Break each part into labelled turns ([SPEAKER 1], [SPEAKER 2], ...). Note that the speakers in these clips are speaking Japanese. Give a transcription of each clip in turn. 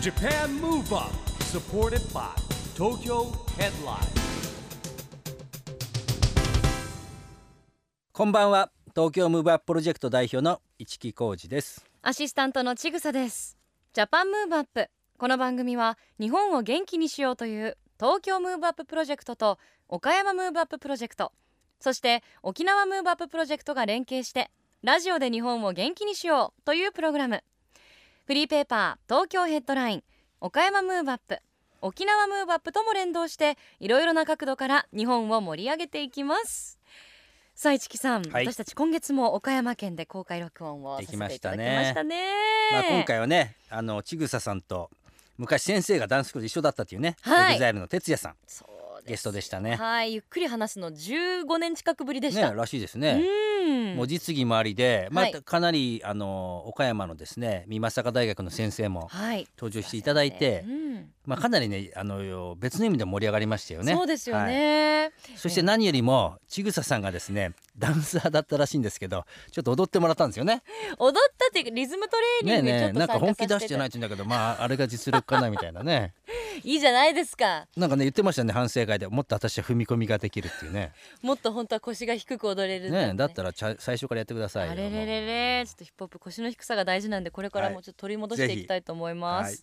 [SPEAKER 1] Japan Move Up supported by Tokyo Headline
[SPEAKER 2] こんばんは東京ムーブアッププロジェクト代表の市木浩二です
[SPEAKER 3] アシスタントのちぐさですジャパンムーブアップこの番組は日本を元気にしようという東京ムーブアッププロジェクトと岡山ムーブアッププロジェクトそして沖縄ムーブアッププロジェクトが連携してラジオで日本を元気にしようというプログラムフリーペーパー東京ヘッドライン岡山ムーブアップ沖縄ムーブアップとも連動していろいろな角度から日本を盛り上げていきますさあ市木さん、
[SPEAKER 2] はい
[SPEAKER 3] 私たち今月も岡山県で公開録音をさせていただきました
[SPEAKER 2] できま
[SPEAKER 3] ね
[SPEAKER 2] したまあ今回はねあのちぐささんと昔先生がダンススクール一緒だったっていうね、
[SPEAKER 3] はい
[SPEAKER 2] エグザイルの哲也さん
[SPEAKER 3] そうです
[SPEAKER 2] ゲストでしたね
[SPEAKER 3] はいゆっくり話すの15年近くぶりでした、
[SPEAKER 2] ねらしいですね、
[SPEAKER 3] うん
[SPEAKER 2] もう実技もありでまあ、
[SPEAKER 3] はい
[SPEAKER 2] かなりあの岡山のですね美作大学の先生も
[SPEAKER 3] はい
[SPEAKER 2] 登場していただいて、
[SPEAKER 3] うん
[SPEAKER 2] まあかなりねあの別の意味でも盛り上がりましたよね
[SPEAKER 3] そうですよ
[SPEAKER 2] はい
[SPEAKER 3] ね、
[SPEAKER 2] そして何よりもちぐささんがですねダンサーだったらしいんですけどちょっと踊ってもらったんですよね。
[SPEAKER 3] 踊ったっていうかリズムトレー
[SPEAKER 2] ね
[SPEAKER 3] ニ
[SPEAKER 2] え
[SPEAKER 3] ングにちょっと
[SPEAKER 2] ねえな
[SPEAKER 3] 参
[SPEAKER 2] ん
[SPEAKER 3] 加
[SPEAKER 2] か本
[SPEAKER 3] さ
[SPEAKER 2] 気
[SPEAKER 3] せ
[SPEAKER 2] 出
[SPEAKER 3] て
[SPEAKER 2] してないって言うんだけどまああれが実力かなみたいなね
[SPEAKER 3] いいじゃないですか
[SPEAKER 2] なんかね言ってましたね反省会でもっと私は踏み込みができるっていうね
[SPEAKER 3] もっと本当は腰が低く踊れるん
[SPEAKER 2] ねえだっ
[SPEAKER 3] ら
[SPEAKER 2] たらちゃ最初からやってくださいよ
[SPEAKER 3] あれれれれちょっとヒップホップ腰の低さが大事なんでこれからもちょっと取り戻していきたいと思います、
[SPEAKER 2] はいぜ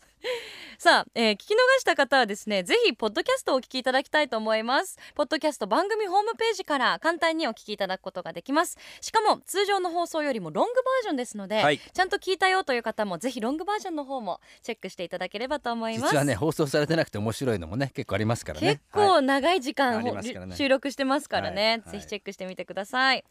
[SPEAKER 3] さあ、えー聞き逃した方はですねぜひポッドキャストをお聞きいただきたいと思いますポッドキャスト番組ホームページから簡単にお聞きいただくことができますしかも通常の放送よりもロングバージョンですので、
[SPEAKER 2] はい
[SPEAKER 3] ちゃんと聞いたよという方もぜひロングバージョンの方もチェックしていただければと思います
[SPEAKER 2] 実はね放送されてなくて面白いのもね結構ありますから
[SPEAKER 3] 結
[SPEAKER 2] ねはい
[SPEAKER 3] 構長い時間、
[SPEAKER 2] あり
[SPEAKER 3] を
[SPEAKER 2] ますからね
[SPEAKER 3] 収録してますからね、
[SPEAKER 2] はい
[SPEAKER 3] ぜひチェックしてみてください、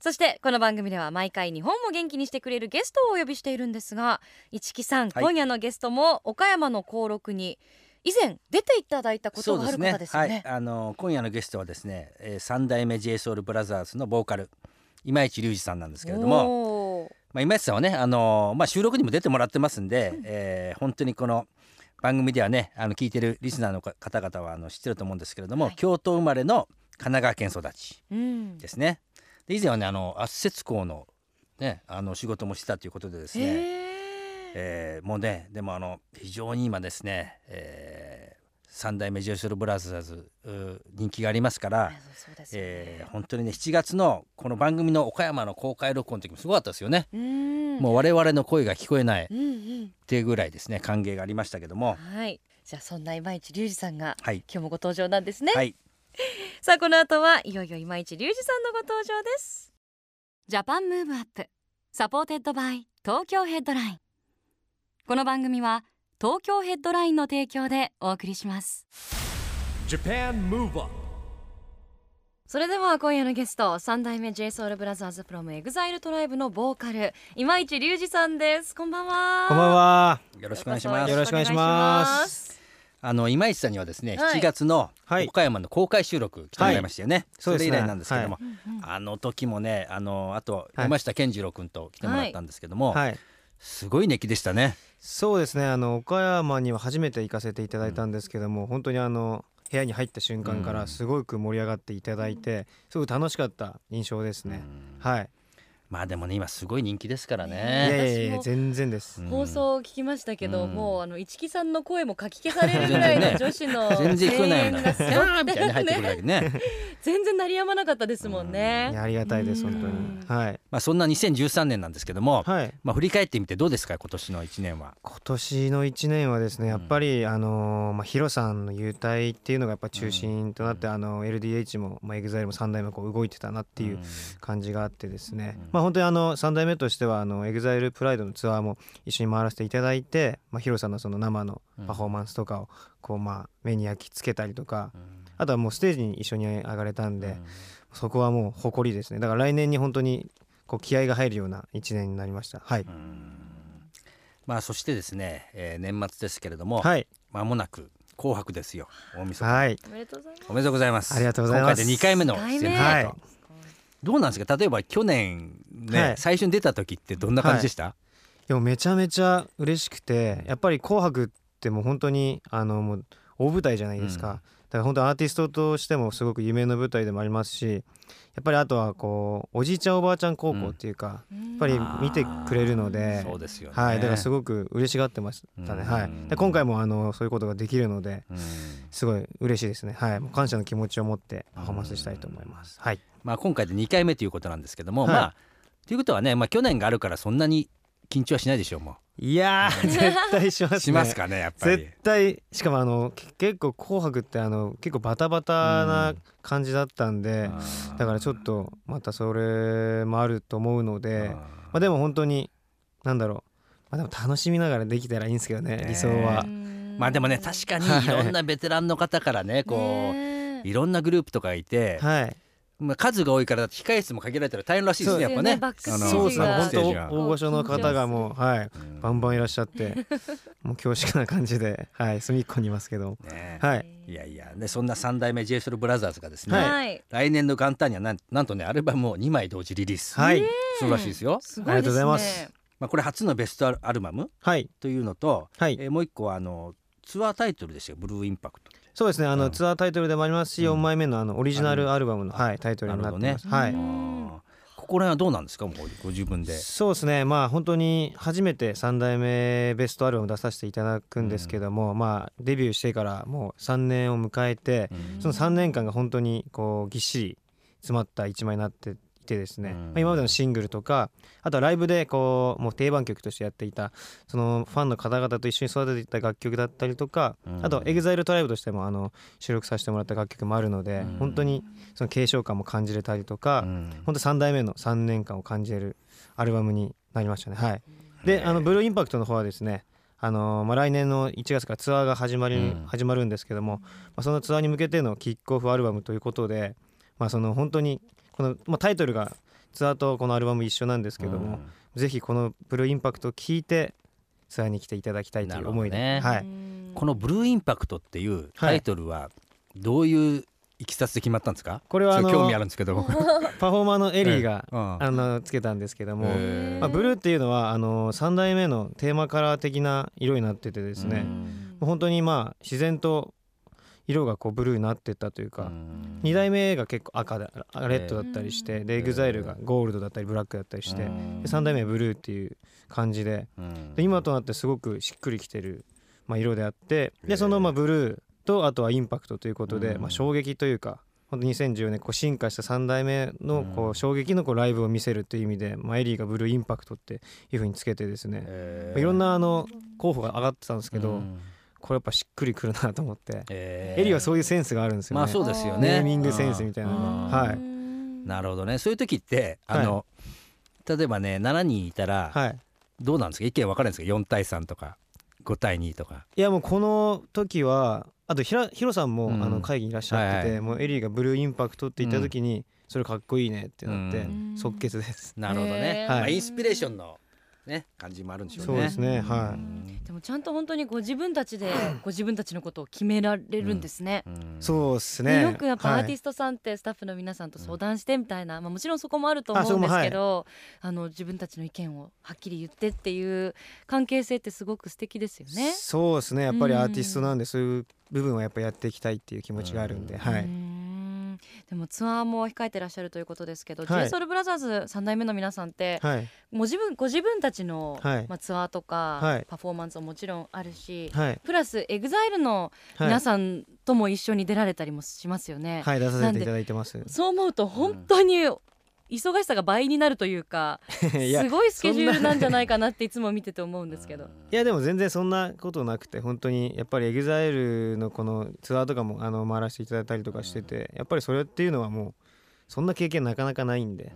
[SPEAKER 3] そしてこの番組では毎回日本を元気にしてくれるゲストをお呼びしているんですが市木さん、
[SPEAKER 2] はい
[SPEAKER 3] 今夜のゲストも岡山の登録に以前出ていただいたこ
[SPEAKER 2] そ
[SPEAKER 3] とが
[SPEAKER 2] うで
[SPEAKER 3] あ
[SPEAKER 2] す
[SPEAKER 3] る方
[SPEAKER 2] ね
[SPEAKER 3] ですよ
[SPEAKER 2] は
[SPEAKER 3] ね
[SPEAKER 2] いあの今夜のゲストはですねえー三代目 JSOULBROTHERS のボーカル今市隆二さんなんですけれども
[SPEAKER 3] も
[SPEAKER 2] まあ、今市さんはね、あのーまあ、収録にも出てもらってますんで、えー本当にこの番組ではねあの聞いてるリスナーのか方々はあの知ってると思うんですけれども、
[SPEAKER 3] はい
[SPEAKER 2] 京都生まれの神奈川県育ち
[SPEAKER 3] うん
[SPEAKER 2] ですね。で以前はねあの圧雪工の,、ね、あの仕事もしてたということでですね、
[SPEAKER 3] へー
[SPEAKER 2] えーもうねでもあの非常に今ですね、えー三代目ジョシュルブラザーズうー人気がありますから、
[SPEAKER 3] そうですよね
[SPEAKER 2] えー本当にね7月のこの番組の岡山の公開録音の時もすごかったですよね。
[SPEAKER 3] うん
[SPEAKER 2] もう我々の声が聞こえないっ
[SPEAKER 3] うんうん
[SPEAKER 2] ていうぐらいですね歓迎がありましたけども
[SPEAKER 3] はいじゃあそんな今市隆二さんが
[SPEAKER 2] はい
[SPEAKER 3] 今日もご登場なんですね
[SPEAKER 2] はい
[SPEAKER 3] さあこの後はいよいよ今市隆二さんのご登場ですジャパンムーブアップサポーテッドバイ東京ヘッドラインこの番組は東京ヘッドラインの提供でお送りします
[SPEAKER 1] Japan Move Up
[SPEAKER 3] それでは今夜のゲスト三代目 JSOULBROTHERS from EXILE トライブのボーカル今市隆二さんですこんばんは
[SPEAKER 4] こんばんは。
[SPEAKER 2] よろしくお願いします
[SPEAKER 4] よろしくお願いします
[SPEAKER 2] あの今市さんにはですね、
[SPEAKER 3] はい
[SPEAKER 2] 7月の
[SPEAKER 4] はい
[SPEAKER 2] 岡山の公開収録来てもらいましたよね、そ
[SPEAKER 4] そう
[SPEAKER 2] れ
[SPEAKER 4] です
[SPEAKER 2] 以
[SPEAKER 4] ね
[SPEAKER 2] 来なんですけども、あの時もねあのあと
[SPEAKER 4] はい
[SPEAKER 2] 山下健二郎君と来てもらったんですけども、
[SPEAKER 4] はい。
[SPEAKER 2] すごい熱気でしたね
[SPEAKER 4] そうですね。あの岡山には初めて行かせていただいたんですけども、本当にあの部屋に入った瞬間か
[SPEAKER 2] うん
[SPEAKER 4] らすごく盛り上がっていただいて、すごく楽しかった印象ですね。はい。
[SPEAKER 2] まあでもね今すごい人気ですから
[SPEAKER 4] い
[SPEAKER 3] え
[SPEAKER 4] や
[SPEAKER 3] ね
[SPEAKER 2] ね、
[SPEAKER 4] いや
[SPEAKER 3] 私
[SPEAKER 4] いや
[SPEAKER 3] も
[SPEAKER 4] 全然です。
[SPEAKER 2] うん
[SPEAKER 3] 放送を聞きましたけど、
[SPEAKER 2] うん
[SPEAKER 3] もうあの一木さんの声もかき消されるぐらいの女子の
[SPEAKER 2] 全然聞こえな
[SPEAKER 3] 声
[SPEAKER 2] いもん
[SPEAKER 3] 援
[SPEAKER 2] だ
[SPEAKER 3] が
[SPEAKER 2] キ
[SPEAKER 3] すご
[SPEAKER 2] ャ
[SPEAKER 3] く
[SPEAKER 2] ーみたいに入ってくるだけね
[SPEAKER 3] 全然鳴りやまなかったですもんね。
[SPEAKER 4] いやありがたいです
[SPEAKER 3] うん
[SPEAKER 4] 本当に。はい。
[SPEAKER 2] まあそんな2013年なんですけども、
[SPEAKER 4] はい。
[SPEAKER 2] まあ振り返ってみてどうですか今年の1年は
[SPEAKER 4] 今年の1年はですねやっぱり、あのまあ、ヒロさんの優待っていうのがやっぱ中心となって、あの LDH も、まあ、EXILE も3代目こう動いてたなっていう感じがあってですね、まあ本当にあの3代目としてはあの EXILE プライドのツアーも一緒に回らせていただいて、まあ、ヒロさんのその生のパフォーマンスとかをこうまあ目に焼き付けたりとか、あとはもうステージに一緒に上がれたんで、そこはもう誇りですねだから来年に本当にこう気合が入るような1年になりましたはい、
[SPEAKER 2] まあそしてですね、えー年末ですけれども、
[SPEAKER 4] はい
[SPEAKER 2] 間もなく紅白ですよ。大晦日。
[SPEAKER 4] はい
[SPEAKER 3] おめでとうございます。
[SPEAKER 2] おめでとうございます。
[SPEAKER 4] ありがとうございます
[SPEAKER 2] 今回で2回目の出演と、
[SPEAKER 4] はい
[SPEAKER 2] どうなんですか。例えば去年ね、
[SPEAKER 4] はい
[SPEAKER 2] 最初に出た時ってどんな感じでした？
[SPEAKER 4] でもめちゃめちゃ嬉しくてやっぱり「紅白」ってもう本当にあのもう大舞台じゃないですか、だから本当アーティストとしてもすごく夢の舞台でもありますしやっぱりあとはこうおじいちゃんおばあちゃん高校っていうか、やっぱり見てくれるので
[SPEAKER 2] そうですよね
[SPEAKER 4] はい、だからすごく嬉しがってましたね、
[SPEAKER 2] うん
[SPEAKER 4] はい、で今回もあのそういうことができるので
[SPEAKER 2] うん
[SPEAKER 4] すごい嬉しいですね、はい、もう感謝の気持ちを持ってパフォーマンスしたいと思います、はい、
[SPEAKER 2] まあ今回で2回目ということなんですけども、
[SPEAKER 4] はい
[SPEAKER 2] まあということはね、まあ、去年があるからそんなに緊張はしないでしょうも
[SPEAKER 4] いやー 絶対します
[SPEAKER 2] う
[SPEAKER 4] ね
[SPEAKER 2] しますかねやっぱり
[SPEAKER 4] 絶。対しかもあのけ結構「紅白」ってあの結構バタバタな感じだったんで、だからちょっとまたそれもあると思うので、まあ、でも本当に何だろう、まあ、でも楽しみながらできたらいいんですけどね
[SPEAKER 2] ね
[SPEAKER 4] 理想は
[SPEAKER 2] う。まあでもね確かにいろんなベテランの方からねこ
[SPEAKER 3] ね
[SPEAKER 2] ういろんなグループとかいて、
[SPEAKER 4] はい、
[SPEAKER 2] まあ、数が多いからだって控え室も限られたら大変らしいですねやっぱね。
[SPEAKER 3] そうですよね
[SPEAKER 2] あの
[SPEAKER 4] そうですね
[SPEAKER 3] バッ
[SPEAKER 4] 本
[SPEAKER 3] クステー
[SPEAKER 4] 当
[SPEAKER 3] ジが
[SPEAKER 4] 大御所の方がもう、はい、
[SPEAKER 2] うん
[SPEAKER 4] バンバンいらっしゃって もう恐縮な感じで、はい、隅っこにいますけど、
[SPEAKER 2] ね
[SPEAKER 4] はい、
[SPEAKER 2] いやいやねそんな三代目 j ェ o u l b r o t h e がですね、
[SPEAKER 4] はい
[SPEAKER 3] はい
[SPEAKER 2] 来年の元旦にはなんなんとねアルバムを2枚同時リリース、
[SPEAKER 4] はい
[SPEAKER 2] するらしいですよ。
[SPEAKER 3] す
[SPEAKER 4] ありがとうございます
[SPEAKER 2] まあ、これ初のベストアルバム
[SPEAKER 4] はい
[SPEAKER 2] というのと、
[SPEAKER 4] はい
[SPEAKER 2] えーもう一個はあのツアータイトルでしたよ「ブルーインパクト」って。
[SPEAKER 4] そうですねあの、
[SPEAKER 2] うん
[SPEAKER 4] ツアータイトルでもありますし、
[SPEAKER 2] うん
[SPEAKER 4] 4枚目のあのオリジナルアルバムの、はい、タイトルになってます、
[SPEAKER 2] な
[SPEAKER 4] は
[SPEAKER 2] る
[SPEAKER 4] い
[SPEAKER 2] ほどね
[SPEAKER 3] うん
[SPEAKER 2] あーここら辺はどうなんですかもうご自分で。
[SPEAKER 4] そうですねまあ本当に初めて3代目ベストアルバム出させていただくんですけども、まあデビューしてからもう3年を迎えて、
[SPEAKER 2] うん
[SPEAKER 4] その3年間が本当にこうぎっしり詰まった1枚になっていてですね、
[SPEAKER 2] うん
[SPEAKER 4] まあ、今までのシングルとかあとはライブでこうもう定番曲としてやっていたそのファンの方々と一緒に育てていた楽曲だったりとか、
[SPEAKER 2] うん
[SPEAKER 4] あと EXILE トライブとしてもあの収録させてもらった楽曲もあるので、
[SPEAKER 2] うん
[SPEAKER 4] 本当にその継承感も感じれたりとか、
[SPEAKER 2] うん
[SPEAKER 4] 本当3代目の3年間を感じれるアルバムになりましたね。はい、で、
[SPEAKER 2] ね
[SPEAKER 4] あのブルーインパクトの方はですねあのーまあ、来年の1月からツアーが始まり、
[SPEAKER 2] うん
[SPEAKER 4] 始まるんですけども、まあ、そのツアーに向けてのキックオフアルバムということで、まあ、その本当にこの、まあ、タイトルがツアーとこのアルバム一緒なんですけども、ぜひこのブルーインパクトを聴いてツアーに来ていただきたいという思いで、
[SPEAKER 2] なるほど
[SPEAKER 4] は
[SPEAKER 3] う
[SPEAKER 4] い、
[SPEAKER 3] ん
[SPEAKER 2] この「ブルーインパクト」っていうタイトルはどういういきさつで決まったんですか
[SPEAKER 4] これは
[SPEAKER 2] ちょ
[SPEAKER 4] あの
[SPEAKER 2] っと興味あるんですけ ど。
[SPEAKER 4] パフォーマーのエリーが、
[SPEAKER 2] うん
[SPEAKER 4] あのつけたんですけども、
[SPEAKER 2] へ
[SPEAKER 4] まあ、ブルーっていうのはあの3代目のテーマカラー的な色になっててですね、
[SPEAKER 2] う
[SPEAKER 4] も
[SPEAKER 2] ん
[SPEAKER 4] う本当にまあ自然と色がこうブルーになってったというか、
[SPEAKER 2] うん
[SPEAKER 4] 2代目が結構赤だあレッドだったりして、
[SPEAKER 3] うん
[SPEAKER 4] でエグザイルがゴールドだったりブラックだったりして、
[SPEAKER 2] う
[SPEAKER 4] で
[SPEAKER 2] ん
[SPEAKER 4] 3代目はブルーっていう感じで
[SPEAKER 2] うん
[SPEAKER 4] で今となってすごくしっくりきてる、まあ、色であって
[SPEAKER 2] へえ
[SPEAKER 4] でそのまあブルーとあとはインパクトということで、
[SPEAKER 2] うん
[SPEAKER 4] まあ、衝撃というか。本当2014年こう進化した3代目のこう衝撃のこうライブを見せるという意味で、まあ、エリーがブルーインパクトっていうふうにつけてですね、
[SPEAKER 2] え
[SPEAKER 4] ま
[SPEAKER 2] ー
[SPEAKER 4] あいろんなあの候補が上がってたんですけど、
[SPEAKER 2] うん
[SPEAKER 4] これやっぱしっくりくるなと思って、
[SPEAKER 2] えー
[SPEAKER 4] エリーはそういうセンスがあるんですよね、
[SPEAKER 2] まあそうですよ
[SPEAKER 4] ネ
[SPEAKER 2] ね。
[SPEAKER 4] ーミングセンスみたいな
[SPEAKER 2] うん
[SPEAKER 4] のがはい
[SPEAKER 3] い
[SPEAKER 2] なるほどね。そういう時ってあの、例えばね7人いたら、
[SPEAKER 4] はい
[SPEAKER 2] どうなんですか意見分かれるんですか4対3とか5対2とか。
[SPEAKER 4] いやもうこの時はあとひらヒロさんも、
[SPEAKER 2] うん
[SPEAKER 4] あの会議にいらっしゃってて、
[SPEAKER 2] はい
[SPEAKER 4] もうエリーがブルーインパクトって言った時に、それかっこいいねってなっ
[SPEAKER 2] う
[SPEAKER 4] て、
[SPEAKER 2] ん
[SPEAKER 4] 即決です、
[SPEAKER 2] なるほどね。
[SPEAKER 3] へー
[SPEAKER 2] まあインスピレーションのね感じもあるんでしょうね。
[SPEAKER 4] そうですねは
[SPEAKER 3] でもちゃんと本当にご自分たちでご自分たちのことを決められるんですね。
[SPEAKER 2] うん
[SPEAKER 4] そうです
[SPEAKER 3] ね
[SPEAKER 4] ね
[SPEAKER 3] よくやっぱアーティ
[SPEAKER 4] ス
[SPEAKER 3] ストさんってスタッフの皆さんと相談してみたいな、まあ、もちろんそこもあると思うんですけどあ、の自分たちの意見をはっきり言ってっていう関係性ってすごく素敵ですよね。
[SPEAKER 4] そうですねやっぱりアーティストなんでそういう部分はやっぱやっていきたいっていう気持ちがあるんで、は
[SPEAKER 3] うー
[SPEAKER 4] い
[SPEAKER 3] んでもツアーも控えてらっしゃるということですけど、
[SPEAKER 4] はい
[SPEAKER 3] JSOULBROTHERS 三代目の皆さんって、
[SPEAKER 4] はい
[SPEAKER 3] もう自分ご自分たちの、
[SPEAKER 4] はい
[SPEAKER 3] まあ、ツアーとか、
[SPEAKER 4] はい
[SPEAKER 3] パフォーマンスももちろんあるし、
[SPEAKER 4] はい
[SPEAKER 3] プラス EXILE の
[SPEAKER 4] は
[SPEAKER 3] 皆
[SPEAKER 4] い
[SPEAKER 3] さんとも一緒に出られたりもしますよね。
[SPEAKER 4] はい出させていただいてます
[SPEAKER 3] そう思うと本当に忙しさが倍になるというか、
[SPEAKER 4] いや
[SPEAKER 3] すごいスケジュールなんじゃないかなっていつも見てて思うんですけど。
[SPEAKER 4] いやでも全然そんなことなくて本当にやっぱり EXILE のこのツアーとかもあの回らせていただいたりとかしててやっぱりそれっていうのはもうそんな経験なかなかないんで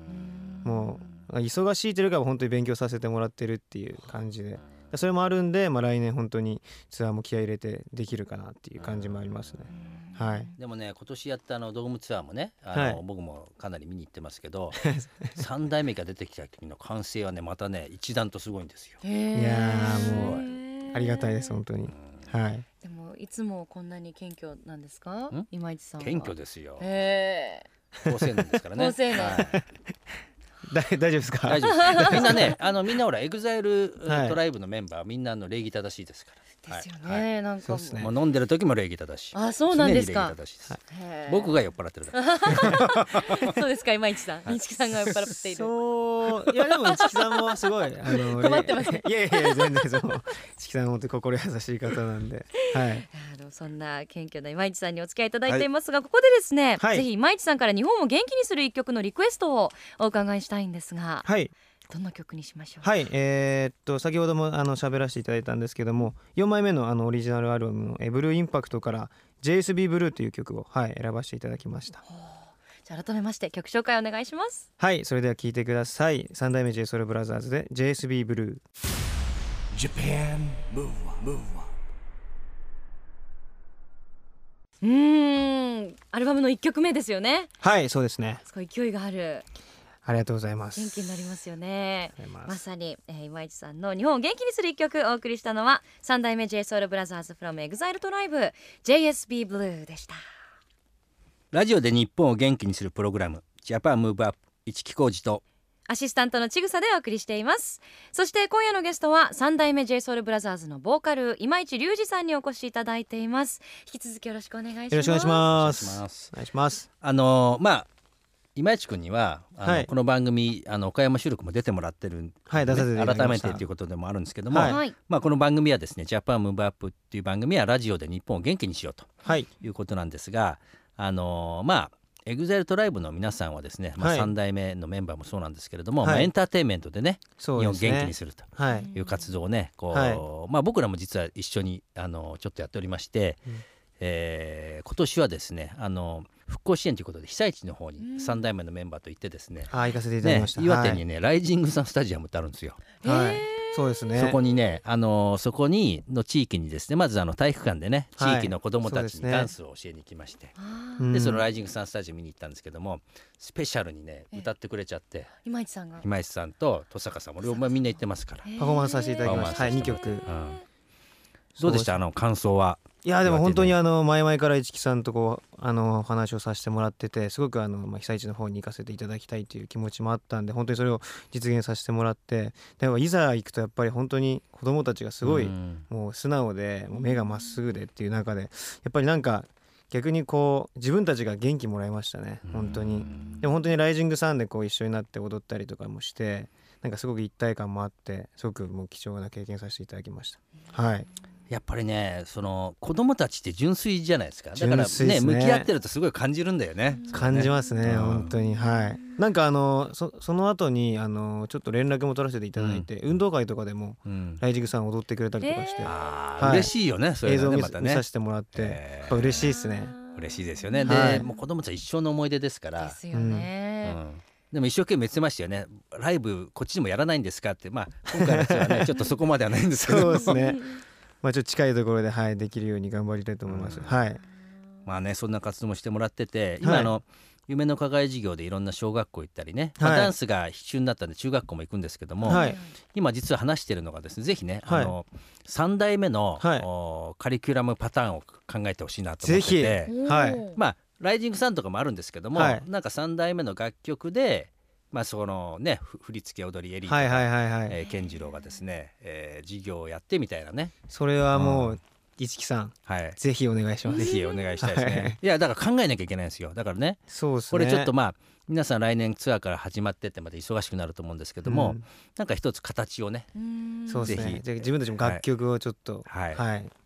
[SPEAKER 4] もう忙しいというよりかは本当に勉強させてもらってるっていう感じでそれもあるんで、まあ、来年本当にツアーも気合い入れてできるかなっていう感じもありますね。はい、
[SPEAKER 2] でもね今年やったあのドームツアーもねあの、
[SPEAKER 4] はい
[SPEAKER 2] 僕もかなり見に行ってます けど三代目が出てきた時の完成はねまたね一段とすごいんですよ。
[SPEAKER 3] いや
[SPEAKER 4] いやーもうありがたいです
[SPEAKER 3] で
[SPEAKER 4] 本当に、はい、
[SPEAKER 3] もいつもこんなに謙虚なんですか
[SPEAKER 2] ん？
[SPEAKER 3] 今市さんは。
[SPEAKER 2] 謙虚ですよ。
[SPEAKER 3] へえ。
[SPEAKER 2] 高青年ですからね。
[SPEAKER 3] 高青年
[SPEAKER 2] はい
[SPEAKER 4] だ大丈夫で すか
[SPEAKER 2] 大丈夫 ですみんなねあのみんなほらエグザイル
[SPEAKER 4] はい
[SPEAKER 2] トライブのメンバーみんなあの礼儀正しいですから
[SPEAKER 3] ですよね、
[SPEAKER 2] はい
[SPEAKER 3] なんか
[SPEAKER 4] そう
[SPEAKER 3] も
[SPEAKER 4] っすね
[SPEAKER 2] もう飲んでる時も礼儀正しい
[SPEAKER 3] あそうなんですか
[SPEAKER 2] 常に礼儀正しいです
[SPEAKER 3] へー
[SPEAKER 2] 僕が酔っ払ってるだ け
[SPEAKER 3] そうですか今市さん錦さんが酔っ払っている
[SPEAKER 4] そういやでも市木さんもすごいあ の
[SPEAKER 3] 困ってますね
[SPEAKER 4] いやいやいや全然そう市木さん本当に心優しい方なんではい
[SPEAKER 3] あのそんな謙虚な今市さんにお付き合いいただいていますが、ここでですね、
[SPEAKER 4] はい
[SPEAKER 3] ぜひ今市さんから日本を元気にする一曲のリクエストをお伺いしたいんですが、
[SPEAKER 4] はい
[SPEAKER 3] どの曲にしましょうか、
[SPEAKER 4] はいえーっと先ほどもあの喋らせていただいたんですけども4枚目のあのオリジナルアルバムの「えブルーインパクト」から JSB ブルーという曲をはい選ばせていただきました
[SPEAKER 3] じゃあ改めまして曲紹介お願いします
[SPEAKER 4] はいそれでは聴いてください三代目 j s o u l b r o t h e r s で JSB ブルー
[SPEAKER 1] Japan Move Up, Move Up.
[SPEAKER 3] うーんアルバムの一曲目ですよね
[SPEAKER 4] はいそうですね
[SPEAKER 3] すごい勢いがある
[SPEAKER 4] ありがとうございます
[SPEAKER 3] 元気になりますよね
[SPEAKER 4] ありがとうござい
[SPEAKER 3] ま
[SPEAKER 4] ます
[SPEAKER 3] さに、えー、今市さんの日本を元気にする一曲お送りしたのは三代目 JSOULBROTHERS from EXILE TRIBE JSB Blue でした
[SPEAKER 2] ラジオで日本を元気にするプログラムジャパンムーブアップ一木工事と
[SPEAKER 3] アシスタントのちぐさでお送りしていますそして今夜のゲストは三代目 JSOULBROTHERS のボーカル今市隆二さんにお越しいただいています引き続きよろしくお願いします
[SPEAKER 4] よろしくお願いし
[SPEAKER 2] お願
[SPEAKER 4] ま
[SPEAKER 2] いし
[SPEAKER 4] す
[SPEAKER 2] ます
[SPEAKER 4] お願いします
[SPEAKER 2] あのーまあ今市君にはあの、
[SPEAKER 4] はい
[SPEAKER 2] この番組あの岡山収録も出てもらってるんでね、
[SPEAKER 4] はい出させていただきました
[SPEAKER 2] 改めてということでもあるんですけども、
[SPEAKER 4] はい
[SPEAKER 3] はい
[SPEAKER 2] まあ、この番組はですね「ジャパンムーブアップっていう番組はラジオで日本を元気にしようと
[SPEAKER 4] はい
[SPEAKER 2] いうことなんですがあのーまあエグザイルトライブの皆さんはですね、まあ、
[SPEAKER 4] はい
[SPEAKER 2] 3代目のメンバーもそうなんですけれども、
[SPEAKER 4] はい
[SPEAKER 2] まあ、エンターテインメントでね
[SPEAKER 4] そう
[SPEAKER 2] 日
[SPEAKER 4] で
[SPEAKER 2] 本を
[SPEAKER 4] すね
[SPEAKER 2] 元気にすると
[SPEAKER 4] はい
[SPEAKER 2] いう活動をねこう、
[SPEAKER 4] は
[SPEAKER 2] まあ、僕らも実は一緒にあのちょっとやっておりまして、
[SPEAKER 4] うん
[SPEAKER 2] えー今年はですねあの復興支援ということで被災地の方に
[SPEAKER 3] うん
[SPEAKER 2] 3代目のメンバーと行ってですね,、
[SPEAKER 4] あ行かせていただき
[SPEAKER 2] ね
[SPEAKER 4] ました、
[SPEAKER 2] 岩手にね、ライジングサンスタジアムってあるんですよ。
[SPEAKER 4] はい、は
[SPEAKER 3] へ
[SPEAKER 4] い
[SPEAKER 3] ー、
[SPEAKER 4] そうですね
[SPEAKER 2] そこにね、あのそこにの地域にですねまずあの体育館でね地
[SPEAKER 4] はい
[SPEAKER 2] 域の子どもたち
[SPEAKER 4] そうです
[SPEAKER 2] に
[SPEAKER 4] ね
[SPEAKER 2] ダンスを教えに行きまして、
[SPEAKER 3] あ
[SPEAKER 4] う
[SPEAKER 3] ー
[SPEAKER 4] ん
[SPEAKER 2] でその「ライジングサンスタジオ」見に行ったんですけどもスペシャルにね
[SPEAKER 3] ええ
[SPEAKER 2] 歌ってくれちゃって
[SPEAKER 3] 今市さんが
[SPEAKER 2] 今市さんと登坂さんも両方みんな行ってますから、
[SPEAKER 4] パフォーマンスさせていただきました
[SPEAKER 2] はい
[SPEAKER 4] 二曲
[SPEAKER 2] うんどうでしたあの感想はい
[SPEAKER 4] やでも本当に
[SPEAKER 2] 岩
[SPEAKER 4] あの前々から市木さんとこうあのお話をさせてもらっててすごくあのまあ被災地の方に行かせていただきたいという気持ちもあったんで本当にそれを実現させてもらってでもいざ行くとやっぱり本当に子どもたちがすごい
[SPEAKER 2] うん
[SPEAKER 4] もう素直でもう目がまっすぐでっていう中でやっぱりなんか逆にこう自分たちが元気もらいましたね本当にでも本当に「ライジングサン」でこう一緒になって踊ったりとかもしてなんかすごく一体感もあってすごくもう貴重な経験させていただきましたはい
[SPEAKER 2] やっぱりねその子供たちって純粋じゃないですかだから
[SPEAKER 4] 純粋で
[SPEAKER 2] ね
[SPEAKER 4] すね
[SPEAKER 2] 向き合ってるとすごい感じるんだよね
[SPEAKER 4] 感じますね
[SPEAKER 2] うん
[SPEAKER 4] 本当にはいなんかあのそその後にあのちょっと連絡も取らせていただいて、運動会とかでも
[SPEAKER 2] うん
[SPEAKER 4] 「ライジングサン」踊ってくれたりとかして、
[SPEAKER 2] あー
[SPEAKER 4] はい
[SPEAKER 2] 嬉しいよねそれ
[SPEAKER 4] 映像
[SPEAKER 2] が
[SPEAKER 4] を
[SPEAKER 2] ね
[SPEAKER 4] 見,、
[SPEAKER 2] また
[SPEAKER 4] 見
[SPEAKER 2] ね
[SPEAKER 4] させてもらって、
[SPEAKER 2] えー
[SPEAKER 4] やっぱ嬉しいですね
[SPEAKER 2] 嬉しいですよねで、
[SPEAKER 4] はい
[SPEAKER 2] もう子供たち一生の思い出ですから
[SPEAKER 3] ですよね、
[SPEAKER 2] うんでも一生懸命言ってましたよねライブこっちでもやらないんですかってまあ今回のやつは ねちょっとそこまではないんですけど
[SPEAKER 4] そうですね まあちょっと近いところではいできるように頑張りたいと思います、
[SPEAKER 2] うん
[SPEAKER 4] はい
[SPEAKER 2] まあねそんな活動もしてもらってて今、
[SPEAKER 4] はい
[SPEAKER 2] あの夢の課外授業でいろんな小学校行ったりね、まあ
[SPEAKER 4] はい
[SPEAKER 2] ダンスが必修になったんで中学校も行くんですけども、
[SPEAKER 4] はい
[SPEAKER 2] 今実は話してるのがですねぜひね、
[SPEAKER 4] はい
[SPEAKER 2] あの3代目の、
[SPEAKER 4] はい
[SPEAKER 2] おカリキュラムパターンを考えてほしいなと思
[SPEAKER 4] ぜ
[SPEAKER 2] って
[SPEAKER 4] ひ
[SPEAKER 2] て。
[SPEAKER 4] はい
[SPEAKER 3] おー
[SPEAKER 2] まあライジングさんとかもあるんですけども、
[SPEAKER 4] はい
[SPEAKER 2] なんか3代目の楽曲で、まあ、そのねふ振り付け踊りエリーとか、
[SPEAKER 4] はいはいはいはい
[SPEAKER 2] えー健次郎がですね、えー授業をやってみたいなね、
[SPEAKER 4] それはも
[SPEAKER 2] う
[SPEAKER 4] う一木さん
[SPEAKER 2] はい、
[SPEAKER 4] ぜひお願いします
[SPEAKER 2] ぜひお願いしたいですね。、
[SPEAKER 4] はい
[SPEAKER 2] やだから考えなきゃいけないんですよだからね
[SPEAKER 4] そうですね
[SPEAKER 2] これちょっとまあ皆さん来年ツアーから始まってってまた忙しくなると思うんですけども、
[SPEAKER 4] うん
[SPEAKER 2] なんか一つ形をね、
[SPEAKER 3] うーん
[SPEAKER 4] そうです
[SPEAKER 2] ぜ
[SPEAKER 4] ね
[SPEAKER 2] ひ
[SPEAKER 4] じゃあ自分たちも楽曲をちょっと
[SPEAKER 2] はい
[SPEAKER 4] はい、
[SPEAKER 3] はあ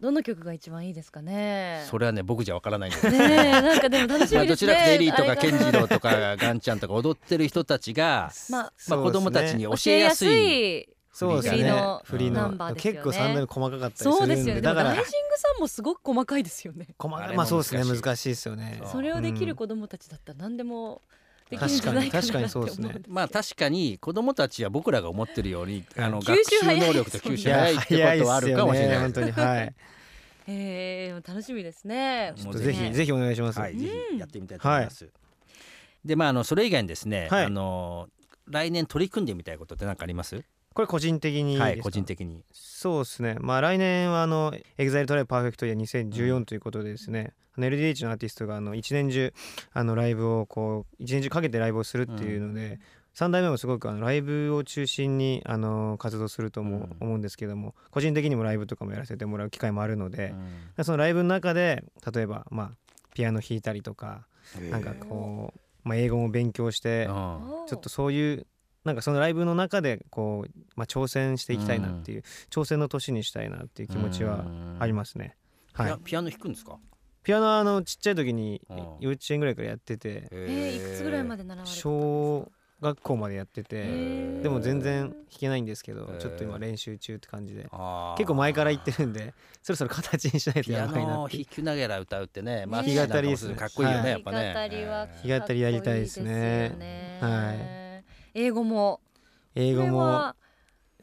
[SPEAKER 3] どの曲が一番いいですかね。
[SPEAKER 2] それはね僕じゃわからないんです
[SPEAKER 3] ねえなんかでも楽し
[SPEAKER 2] まあ
[SPEAKER 3] み
[SPEAKER 2] ど
[SPEAKER 3] です
[SPEAKER 2] ち
[SPEAKER 3] ね。
[SPEAKER 2] らかとエリーと
[SPEAKER 3] あ
[SPEAKER 2] か
[SPEAKER 3] れが
[SPEAKER 2] 健次郎とかガンちゃんとか踊ってる人たちが、
[SPEAKER 3] まあ
[SPEAKER 2] まあ、子供たちに
[SPEAKER 4] 教
[SPEAKER 2] 教えやすい
[SPEAKER 4] そうです
[SPEAKER 2] 振り
[SPEAKER 4] ね
[SPEAKER 3] の
[SPEAKER 4] 振り
[SPEAKER 2] ナ
[SPEAKER 4] の
[SPEAKER 3] ンバーですよね
[SPEAKER 4] 結構三段目細かかったり
[SPEAKER 3] そ
[SPEAKER 4] す
[SPEAKER 3] うで
[SPEAKER 4] るん
[SPEAKER 3] す
[SPEAKER 4] で
[SPEAKER 3] よね。
[SPEAKER 4] だ
[SPEAKER 3] だ
[SPEAKER 4] か
[SPEAKER 3] からライジングさんもすごく細かいですよね。
[SPEAKER 4] 細
[SPEAKER 2] あ
[SPEAKER 4] か
[SPEAKER 2] れ
[SPEAKER 4] い
[SPEAKER 2] も
[SPEAKER 4] まあそうですね
[SPEAKER 2] 難しい
[SPEAKER 4] 難しいですよね
[SPEAKER 2] そう
[SPEAKER 3] それをできる子供たちだったら何でもできるんじゃないかなって
[SPEAKER 4] 確かに確かに
[SPEAKER 3] 思
[SPEAKER 4] そううんで
[SPEAKER 3] ですす
[SPEAKER 4] ね
[SPEAKER 3] よね。
[SPEAKER 2] まあ確かに子供たちは僕らが思ってるようにあの
[SPEAKER 3] 吸
[SPEAKER 2] 学
[SPEAKER 3] 収
[SPEAKER 2] 習
[SPEAKER 3] 早い
[SPEAKER 2] 能力と吸
[SPEAKER 4] い
[SPEAKER 2] 収
[SPEAKER 4] や
[SPEAKER 2] 早いって
[SPEAKER 4] 早い
[SPEAKER 2] ことはあるかもしれない
[SPEAKER 4] ですよね本当にはい
[SPEAKER 3] ええ楽しみですね。
[SPEAKER 4] ちょ
[SPEAKER 2] も
[SPEAKER 4] っ
[SPEAKER 2] う
[SPEAKER 4] とぜひ
[SPEAKER 3] ね
[SPEAKER 4] ぜひお願いします
[SPEAKER 2] はい、ぜ
[SPEAKER 3] うん
[SPEAKER 2] ひやってみたいと思います。でまああのそれ以外にですね、
[SPEAKER 4] はい
[SPEAKER 2] あの来年取り組んでみたいことって何かあります？
[SPEAKER 4] これ個人的にですか、
[SPEAKER 2] はい個人的に
[SPEAKER 4] そうですねまあ来年はあの EXILE トライパーフェクトイヤー2014ということでですね、あの LDH のアーティストがあの一年中あのライブをこう一年中かけてライブをするっていうので、三代目もすごくあのライブを中心にあの活動するとも
[SPEAKER 2] うん
[SPEAKER 4] 思うんですけども、個人的にもライブとかもやらせてもらう機会もあるので、
[SPEAKER 2] う
[SPEAKER 4] だか
[SPEAKER 2] ん
[SPEAKER 4] らそのライブの中で例えばまあピアノ弾いたりとか、なんかこう、まあ、英語も勉強して、
[SPEAKER 2] うん
[SPEAKER 4] ちょっとそういうなんかそのライブの中でこう、まあ、挑戦していきたいなっていう、挑戦の年にしたいなっていう気持ちはありますね。
[SPEAKER 2] ピ
[SPEAKER 4] は
[SPEAKER 2] ア
[SPEAKER 4] い、
[SPEAKER 2] ピアノ弾くんですか
[SPEAKER 4] ピアノはあのちっちゃい時に
[SPEAKER 2] うん
[SPEAKER 4] 幼稚園ぐらいからやってて
[SPEAKER 3] えー、いくつぐらいま
[SPEAKER 2] で
[SPEAKER 3] で習われてたんですか
[SPEAKER 4] 小学校までやって
[SPEAKER 3] へ
[SPEAKER 4] て
[SPEAKER 3] ー
[SPEAKER 4] でも全然弾けないんですけど
[SPEAKER 2] へー
[SPEAKER 4] ちょっと今練習中って感じで
[SPEAKER 2] 結
[SPEAKER 4] 結構前から言ってるんでそろそろ形にしないと
[SPEAKER 2] ピ
[SPEAKER 4] や
[SPEAKER 2] ア
[SPEAKER 4] ばい
[SPEAKER 2] ノ
[SPEAKER 4] な
[SPEAKER 2] を
[SPEAKER 4] って
[SPEAKER 2] 弾
[SPEAKER 4] いう
[SPEAKER 2] きながら歌うってね、まあ、
[SPEAKER 3] ね
[SPEAKER 2] 弾き語りです
[SPEAKER 4] ね
[SPEAKER 2] かっこいいよね、
[SPEAKER 4] はい
[SPEAKER 2] やっぱね。
[SPEAKER 3] 弾き語りは
[SPEAKER 2] えー
[SPEAKER 4] 弾き語りやりたいですね
[SPEAKER 3] かっこいいで
[SPEAKER 4] は
[SPEAKER 3] すよね英語も
[SPEAKER 4] 英語
[SPEAKER 3] これ
[SPEAKER 4] も
[SPEAKER 3] は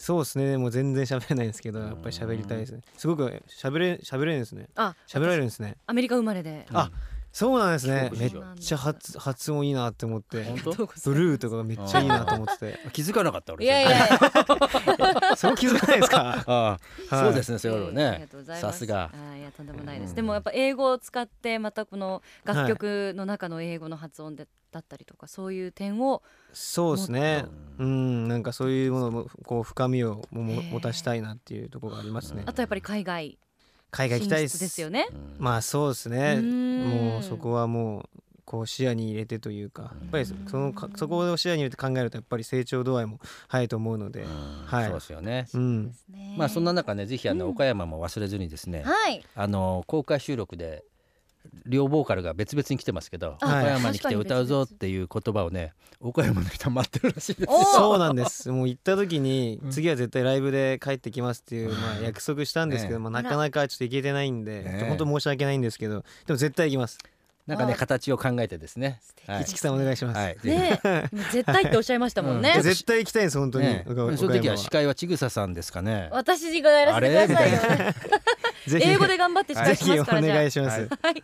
[SPEAKER 4] そうですねもう全然喋れないんですけどやっぱり喋りたいですねすごく喋れ喋れるんですね
[SPEAKER 3] あ
[SPEAKER 4] 喋られるんですね
[SPEAKER 3] アメリカ生まれで
[SPEAKER 2] うん
[SPEAKER 4] あそうなんですね
[SPEAKER 2] 帰
[SPEAKER 4] め
[SPEAKER 2] 国
[SPEAKER 4] っ
[SPEAKER 2] 子女
[SPEAKER 4] ちゃ発発音いいなって思って
[SPEAKER 2] 本当
[SPEAKER 4] ブルーとかがめっちゃいいなと思ってて
[SPEAKER 2] 気づかなかった俺。
[SPEAKER 3] いやいやいや
[SPEAKER 4] そう気づかないですか
[SPEAKER 2] ああ、
[SPEAKER 4] はい
[SPEAKER 2] そうですね、そういうの
[SPEAKER 3] ええありが
[SPEAKER 2] ね
[SPEAKER 3] とうござ。いま
[SPEAKER 2] さすが。
[SPEAKER 3] あいやとんでもないです、
[SPEAKER 2] うん
[SPEAKER 3] でもやっぱ英語を使ってまたこの楽曲の中の英語の発音で、だったりとかそういう点を
[SPEAKER 4] そうですね
[SPEAKER 2] う
[SPEAKER 4] うんなんかそういうものもこう深みをも
[SPEAKER 3] へ
[SPEAKER 4] も
[SPEAKER 3] ー
[SPEAKER 4] 持たしたいなっていうところがありますね
[SPEAKER 3] あとやっぱり海外
[SPEAKER 4] 海外
[SPEAKER 3] 進
[SPEAKER 4] 行き
[SPEAKER 3] 出
[SPEAKER 4] たいで
[SPEAKER 3] ですすよね。
[SPEAKER 2] うん
[SPEAKER 4] まあそうです
[SPEAKER 3] う
[SPEAKER 4] ね
[SPEAKER 3] ーん
[SPEAKER 4] もうそこはもうこう視野に入れてというかやっぱりそのかそこを視野に入れて考えるとやっぱり成長度合いも早いと思うので
[SPEAKER 2] うん
[SPEAKER 4] はい
[SPEAKER 2] そうですよね。
[SPEAKER 4] うん
[SPEAKER 3] ですね
[SPEAKER 2] まあ、そんな中ね、ぜひあの、
[SPEAKER 3] うん
[SPEAKER 2] 岡山も忘れずにですね。
[SPEAKER 3] はい
[SPEAKER 2] あの公開収録で両ボーカルが別々に来てますけど、
[SPEAKER 3] あ
[SPEAKER 2] 岡山
[SPEAKER 3] はい
[SPEAKER 2] に来て歌うぞっていう言葉をね岡山の人は待ってるらしいです
[SPEAKER 3] おー
[SPEAKER 4] そうなんですもう行った時に次は絶対ライブで帰ってきますっ ていう、まあ、約束したんですけど、
[SPEAKER 2] ね
[SPEAKER 4] まあ、なかなかちょっと行けてないんで、
[SPEAKER 2] ね
[SPEAKER 4] 本当申し訳ないんですけどでも絶対行きます
[SPEAKER 2] なんかね
[SPEAKER 3] あ
[SPEAKER 2] 形を考えてですね
[SPEAKER 3] 敵
[SPEAKER 2] はい
[SPEAKER 4] 一木さんお願いします、
[SPEAKER 2] はいぜひ
[SPEAKER 3] ねえ今絶対っておっしゃいましたもんね、
[SPEAKER 4] いや絶対行きたいんです本当に、
[SPEAKER 2] ね
[SPEAKER 4] 岡岡
[SPEAKER 2] その時
[SPEAKER 4] 山
[SPEAKER 2] は司会はちぐささんですかね
[SPEAKER 3] 私がやらせてくださいよ
[SPEAKER 4] ぜひ
[SPEAKER 3] 英語で頑張って司
[SPEAKER 4] ぜ
[SPEAKER 3] 会しま
[SPEAKER 4] ひ
[SPEAKER 3] す
[SPEAKER 4] お
[SPEAKER 3] からじゃあ
[SPEAKER 4] 願いします、
[SPEAKER 2] はい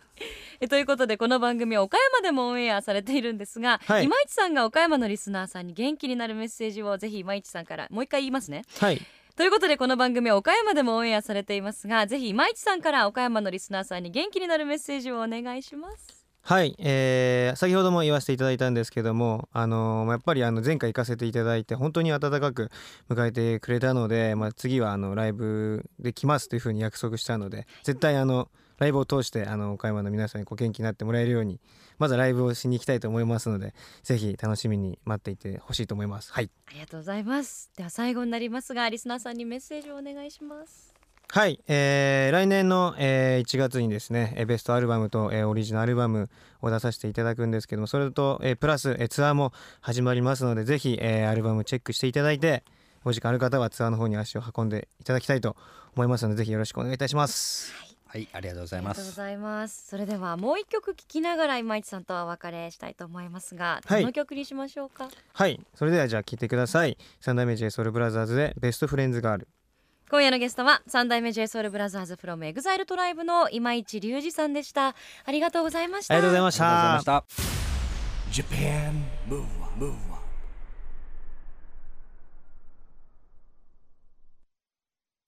[SPEAKER 3] えということでこの番組は岡山でもオンエアされているんですが、
[SPEAKER 4] はい
[SPEAKER 3] 今市さんが岡山のリスナーさんに元気になるメッセージをぜひ今市さんからもう一回言いますね
[SPEAKER 4] はい
[SPEAKER 3] ということでこの番組は岡山でもオンエアされていますがぜひ今市さんから岡山のリスナーさんに元気になるメッセージをお願いします
[SPEAKER 4] はい、えー先ほども言わせていただいたんですけども、あのーやっぱりあの前回行かせていただいて本当に温かく迎えてくれたので、まあ、次はあのライブで来ますというふうに約束したので絶対あのライブを通してあの岡山の皆さんにこう元気になってもらえるようにまずはライブをしに行きたいと思いますのでぜひ楽しみに待っていてほしいと思います。はい
[SPEAKER 3] ありがとうございますでは最後になりますがリスナーさんにメッセージをお願いします
[SPEAKER 4] はい、えー来年の、えー1月にですねえーベストアルバムと、えーオリジナルアルバムを出させていただくんですけどもそれと、えープラス、えーツアーも始まりますのでぜひ、えーアルバムチェックしていただいてお時間ある方はツアーの方に足を運んでいただきたいと思いますのでぜひよろしくお願いいたします。
[SPEAKER 2] はいありがとうござ
[SPEAKER 3] あ
[SPEAKER 2] い
[SPEAKER 3] りが
[SPEAKER 2] ま
[SPEAKER 3] とうご
[SPEAKER 2] す
[SPEAKER 3] ざいますそれではもう一曲聴きながら今市さんとはお別れしたいと思いますが、
[SPEAKER 4] はい
[SPEAKER 3] どの曲にしましょうか
[SPEAKER 4] はい、それではじゃあ聴いてください。サンダーメージソウルブラザーズでベストフレンズガール。
[SPEAKER 3] 今夜のゲストは三代目 j s o u l b r o t h e r s f r o m e x i l e t r i b e の今市隆二さんでしたありがとうございました
[SPEAKER 4] ありがとうございまし
[SPEAKER 2] ありがとうございま
[SPEAKER 4] た
[SPEAKER 2] し。た
[SPEAKER 1] Japan Move Up, Move Up.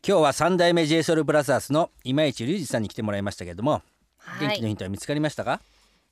[SPEAKER 2] 今日は三代目 j s o u l b r o t h e r s の今市隆二さんに来てもらいましたけれども、
[SPEAKER 3] は
[SPEAKER 2] 元
[SPEAKER 3] い
[SPEAKER 2] 気のヒントは見つかりましたか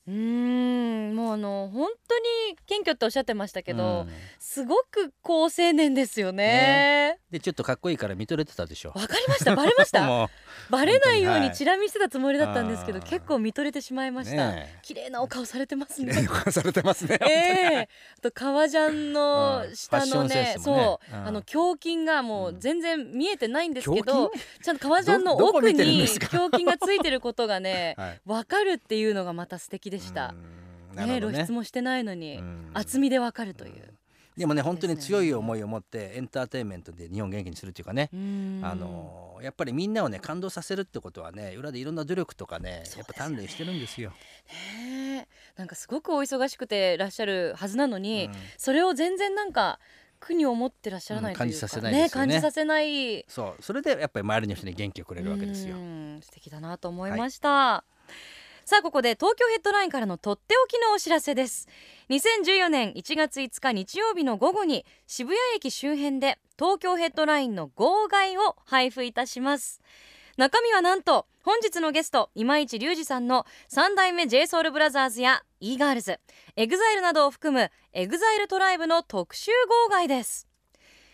[SPEAKER 3] うーんもうあの本当に謙虚っておっしゃってましたけど、
[SPEAKER 2] うん
[SPEAKER 3] すごく好青年ですよね
[SPEAKER 2] でちょっとかっこいいから見とれてたでしょ
[SPEAKER 3] わ、かりましたバレました
[SPEAKER 2] もう
[SPEAKER 3] バレないよう
[SPEAKER 2] 本当に
[SPEAKER 3] に
[SPEAKER 2] はい
[SPEAKER 3] チラ見してたつもりだったんですけど、
[SPEAKER 2] あー
[SPEAKER 3] 結構見とれてしまいました、
[SPEAKER 2] ねえ
[SPEAKER 3] 綺麗なお顔されてますね
[SPEAKER 2] 連呼されて ますね
[SPEAKER 3] ええ あと革ジャンの下の
[SPEAKER 2] うんファッションセ
[SPEAKER 3] ね
[SPEAKER 2] ン、スもね
[SPEAKER 3] そう、
[SPEAKER 2] うん
[SPEAKER 3] あの胸筋がもう全然見えてないんですけど、
[SPEAKER 2] 胸
[SPEAKER 3] ちゃんと革ジャンの
[SPEAKER 2] どどこ
[SPEAKER 3] 奥
[SPEAKER 2] 見てるん
[SPEAKER 3] に
[SPEAKER 2] で
[SPEAKER 3] 胸
[SPEAKER 2] すか、
[SPEAKER 3] 筋がついてることがね
[SPEAKER 2] はい
[SPEAKER 3] わかるっていうのがまた素敵でした。
[SPEAKER 2] うんなる
[SPEAKER 3] ね
[SPEAKER 2] ほど
[SPEAKER 3] 露
[SPEAKER 2] ね
[SPEAKER 3] 出もしてないのに
[SPEAKER 2] うん
[SPEAKER 3] 厚みでわかるという。
[SPEAKER 2] でもね本当に強い思いを持ってエンターテインメントで日本を元気にするっていうかね
[SPEAKER 3] う、ん
[SPEAKER 2] あのーやっぱりみんなをね感動させるってことはね裏でいろんな努力とかねやっぱ鍛錬してるんですよ。
[SPEAKER 3] ねえなんかすごくお忙しくてらっしゃるはずなのに、
[SPEAKER 2] うん
[SPEAKER 3] それを全然なんか苦に思ってらっしゃらないというか、
[SPEAKER 2] うん感じさせないですよね
[SPEAKER 3] 感じさせない
[SPEAKER 2] そうそれでやっぱり周りの人に元気をくれるわけですよ
[SPEAKER 3] う。ん素敵だなと思いました、さあここで東京ヘッドラインからのとっておきのお知らせです2014年1月5日日曜日の午後に渋谷駅周辺で東京ヘッドラインの号外を配布いたします中身はなんと本日のゲスト今市隆二さんの三代目 j s o u l b r o t h e r s や e ガールズ EXILE などを含む EXILE トライブの特集号外です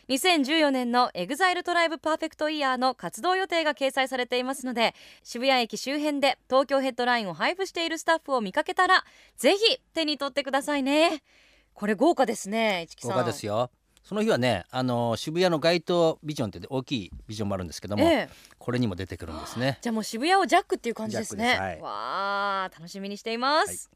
[SPEAKER 3] 2014年の EXILE トライブパーフェクトイヤーの活動予定が掲載されていますので渋谷駅周辺で東京ヘッドラインを配布しているスタッフを見かけたらぜひ手に取ってくださいねこれ豪華ですね市木さ
[SPEAKER 2] 豪
[SPEAKER 3] ん
[SPEAKER 2] 華ですよその日はねあの渋谷の街頭ビジョンって大きいビジョンもあるんですけども、
[SPEAKER 3] ええ
[SPEAKER 2] これにも出てくるんですね
[SPEAKER 3] じゃあもう渋谷をジャックっていう感じですね。
[SPEAKER 2] ジャックですはい
[SPEAKER 3] わあ楽しみにしています。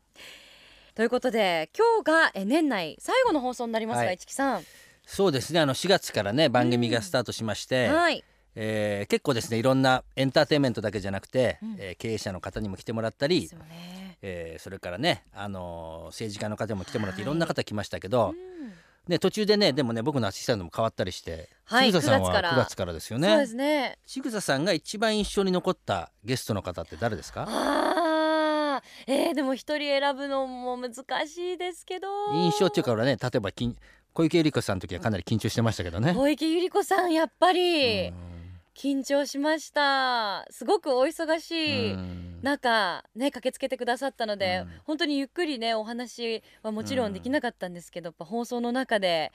[SPEAKER 3] ということで今日がえ年内最後の放送になりますが、
[SPEAKER 2] はい
[SPEAKER 3] 市木さん。
[SPEAKER 2] そうですねあの4月からね番組がスタートしまして、
[SPEAKER 3] はい。
[SPEAKER 2] えー結構ですねいろんなエンターテインメントだけじゃなくて、えー経営者の方にも来てもらったり
[SPEAKER 3] です、よね。
[SPEAKER 2] えーそれからね、あのー政治家の方にも来てもらって、
[SPEAKER 3] はい
[SPEAKER 2] い、ろんな方来ましたけど、
[SPEAKER 3] うん
[SPEAKER 2] ね、途中でねでもね僕のアシスタントも変わったりして、
[SPEAKER 3] はい
[SPEAKER 2] ちぐささん
[SPEAKER 3] 9
[SPEAKER 2] は
[SPEAKER 3] 月から
[SPEAKER 2] 9月からです
[SPEAKER 3] そう
[SPEAKER 2] よ
[SPEAKER 3] で
[SPEAKER 2] ね
[SPEAKER 3] すね。
[SPEAKER 2] ちぐささんが一番印象に残ったゲストの方って誰ですか
[SPEAKER 3] ああえー、でも一人選ぶのも難しいですけど。
[SPEAKER 2] 印象っていうか俺ね例えばきん小池百合子さんの時はかなり緊張してましたけどね。
[SPEAKER 3] 小池百合子さんやっぱり
[SPEAKER 2] うん
[SPEAKER 3] 緊張しました。すごくお忙しい。
[SPEAKER 2] うん
[SPEAKER 3] 中ね駆けつけてくださったので、
[SPEAKER 2] うん
[SPEAKER 3] 本当にゆっくりねお話はもちろんできなかったんですけど、やっぱ放送の中で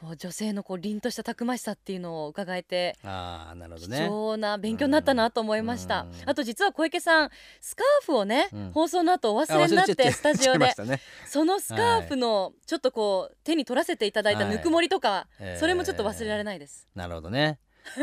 [SPEAKER 3] こう女性のこう凛としたたくましさっていうのを伺えて、
[SPEAKER 2] あーなるほど
[SPEAKER 3] 貴
[SPEAKER 2] ね。
[SPEAKER 3] 重な勉強になったなと思いました、
[SPEAKER 2] うん
[SPEAKER 3] あと実は小池さんスカーフをね、
[SPEAKER 2] うん
[SPEAKER 3] 放送の後お忘れになっ
[SPEAKER 2] あ忘れちゃ
[SPEAKER 3] て
[SPEAKER 2] っ
[SPEAKER 3] スタジオ
[SPEAKER 2] 言っ
[SPEAKER 3] で
[SPEAKER 2] ち ゃいましたね
[SPEAKER 3] そのスカーフのちょっとこう手に取らせていただいたぬくもりとか、
[SPEAKER 2] はい
[SPEAKER 3] それもちょっと忘れられないです、
[SPEAKER 2] なるほどね。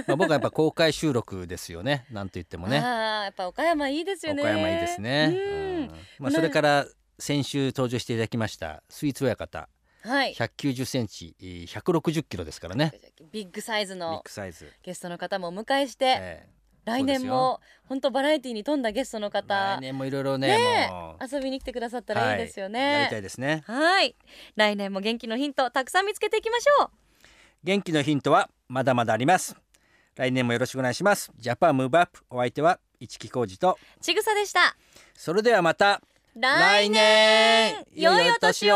[SPEAKER 2] まあ、僕はやっぱ公開収録ですよね。 なんと言ってもね。
[SPEAKER 3] ああやっぱ岡山いいですよね
[SPEAKER 2] 岡山いいですね。うんまあ、それから先週登場していただきましたスイーツ親方、
[SPEAKER 3] うんはい
[SPEAKER 2] 190センチ、えー160キロですからね。
[SPEAKER 3] ビッグサイズ
[SPEAKER 2] ビッ
[SPEAKER 3] の
[SPEAKER 2] グサイズ。
[SPEAKER 3] ゲストの方もお迎えして、
[SPEAKER 2] え
[SPEAKER 3] 来年も本当バラエティに富んだゲストの
[SPEAKER 2] え来
[SPEAKER 3] 方
[SPEAKER 2] 年もいろいろね、
[SPEAKER 3] ね
[SPEAKER 2] もう
[SPEAKER 3] 遊びに来てくださったらいいですよ
[SPEAKER 2] はいやりたい
[SPEAKER 3] ね。
[SPEAKER 2] ですね。
[SPEAKER 3] はい、来年も元気のヒントたくさん見つけていきましょう。
[SPEAKER 2] 元気のヒントはまだまだあります。来年もよろしくお願いします。ジャパンムーブアップお相手は市木浩二と。
[SPEAKER 3] ちぐさでした。
[SPEAKER 2] それではまた
[SPEAKER 3] 来年
[SPEAKER 2] 年
[SPEAKER 3] 良いお年を。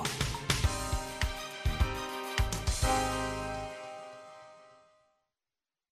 [SPEAKER 1] Up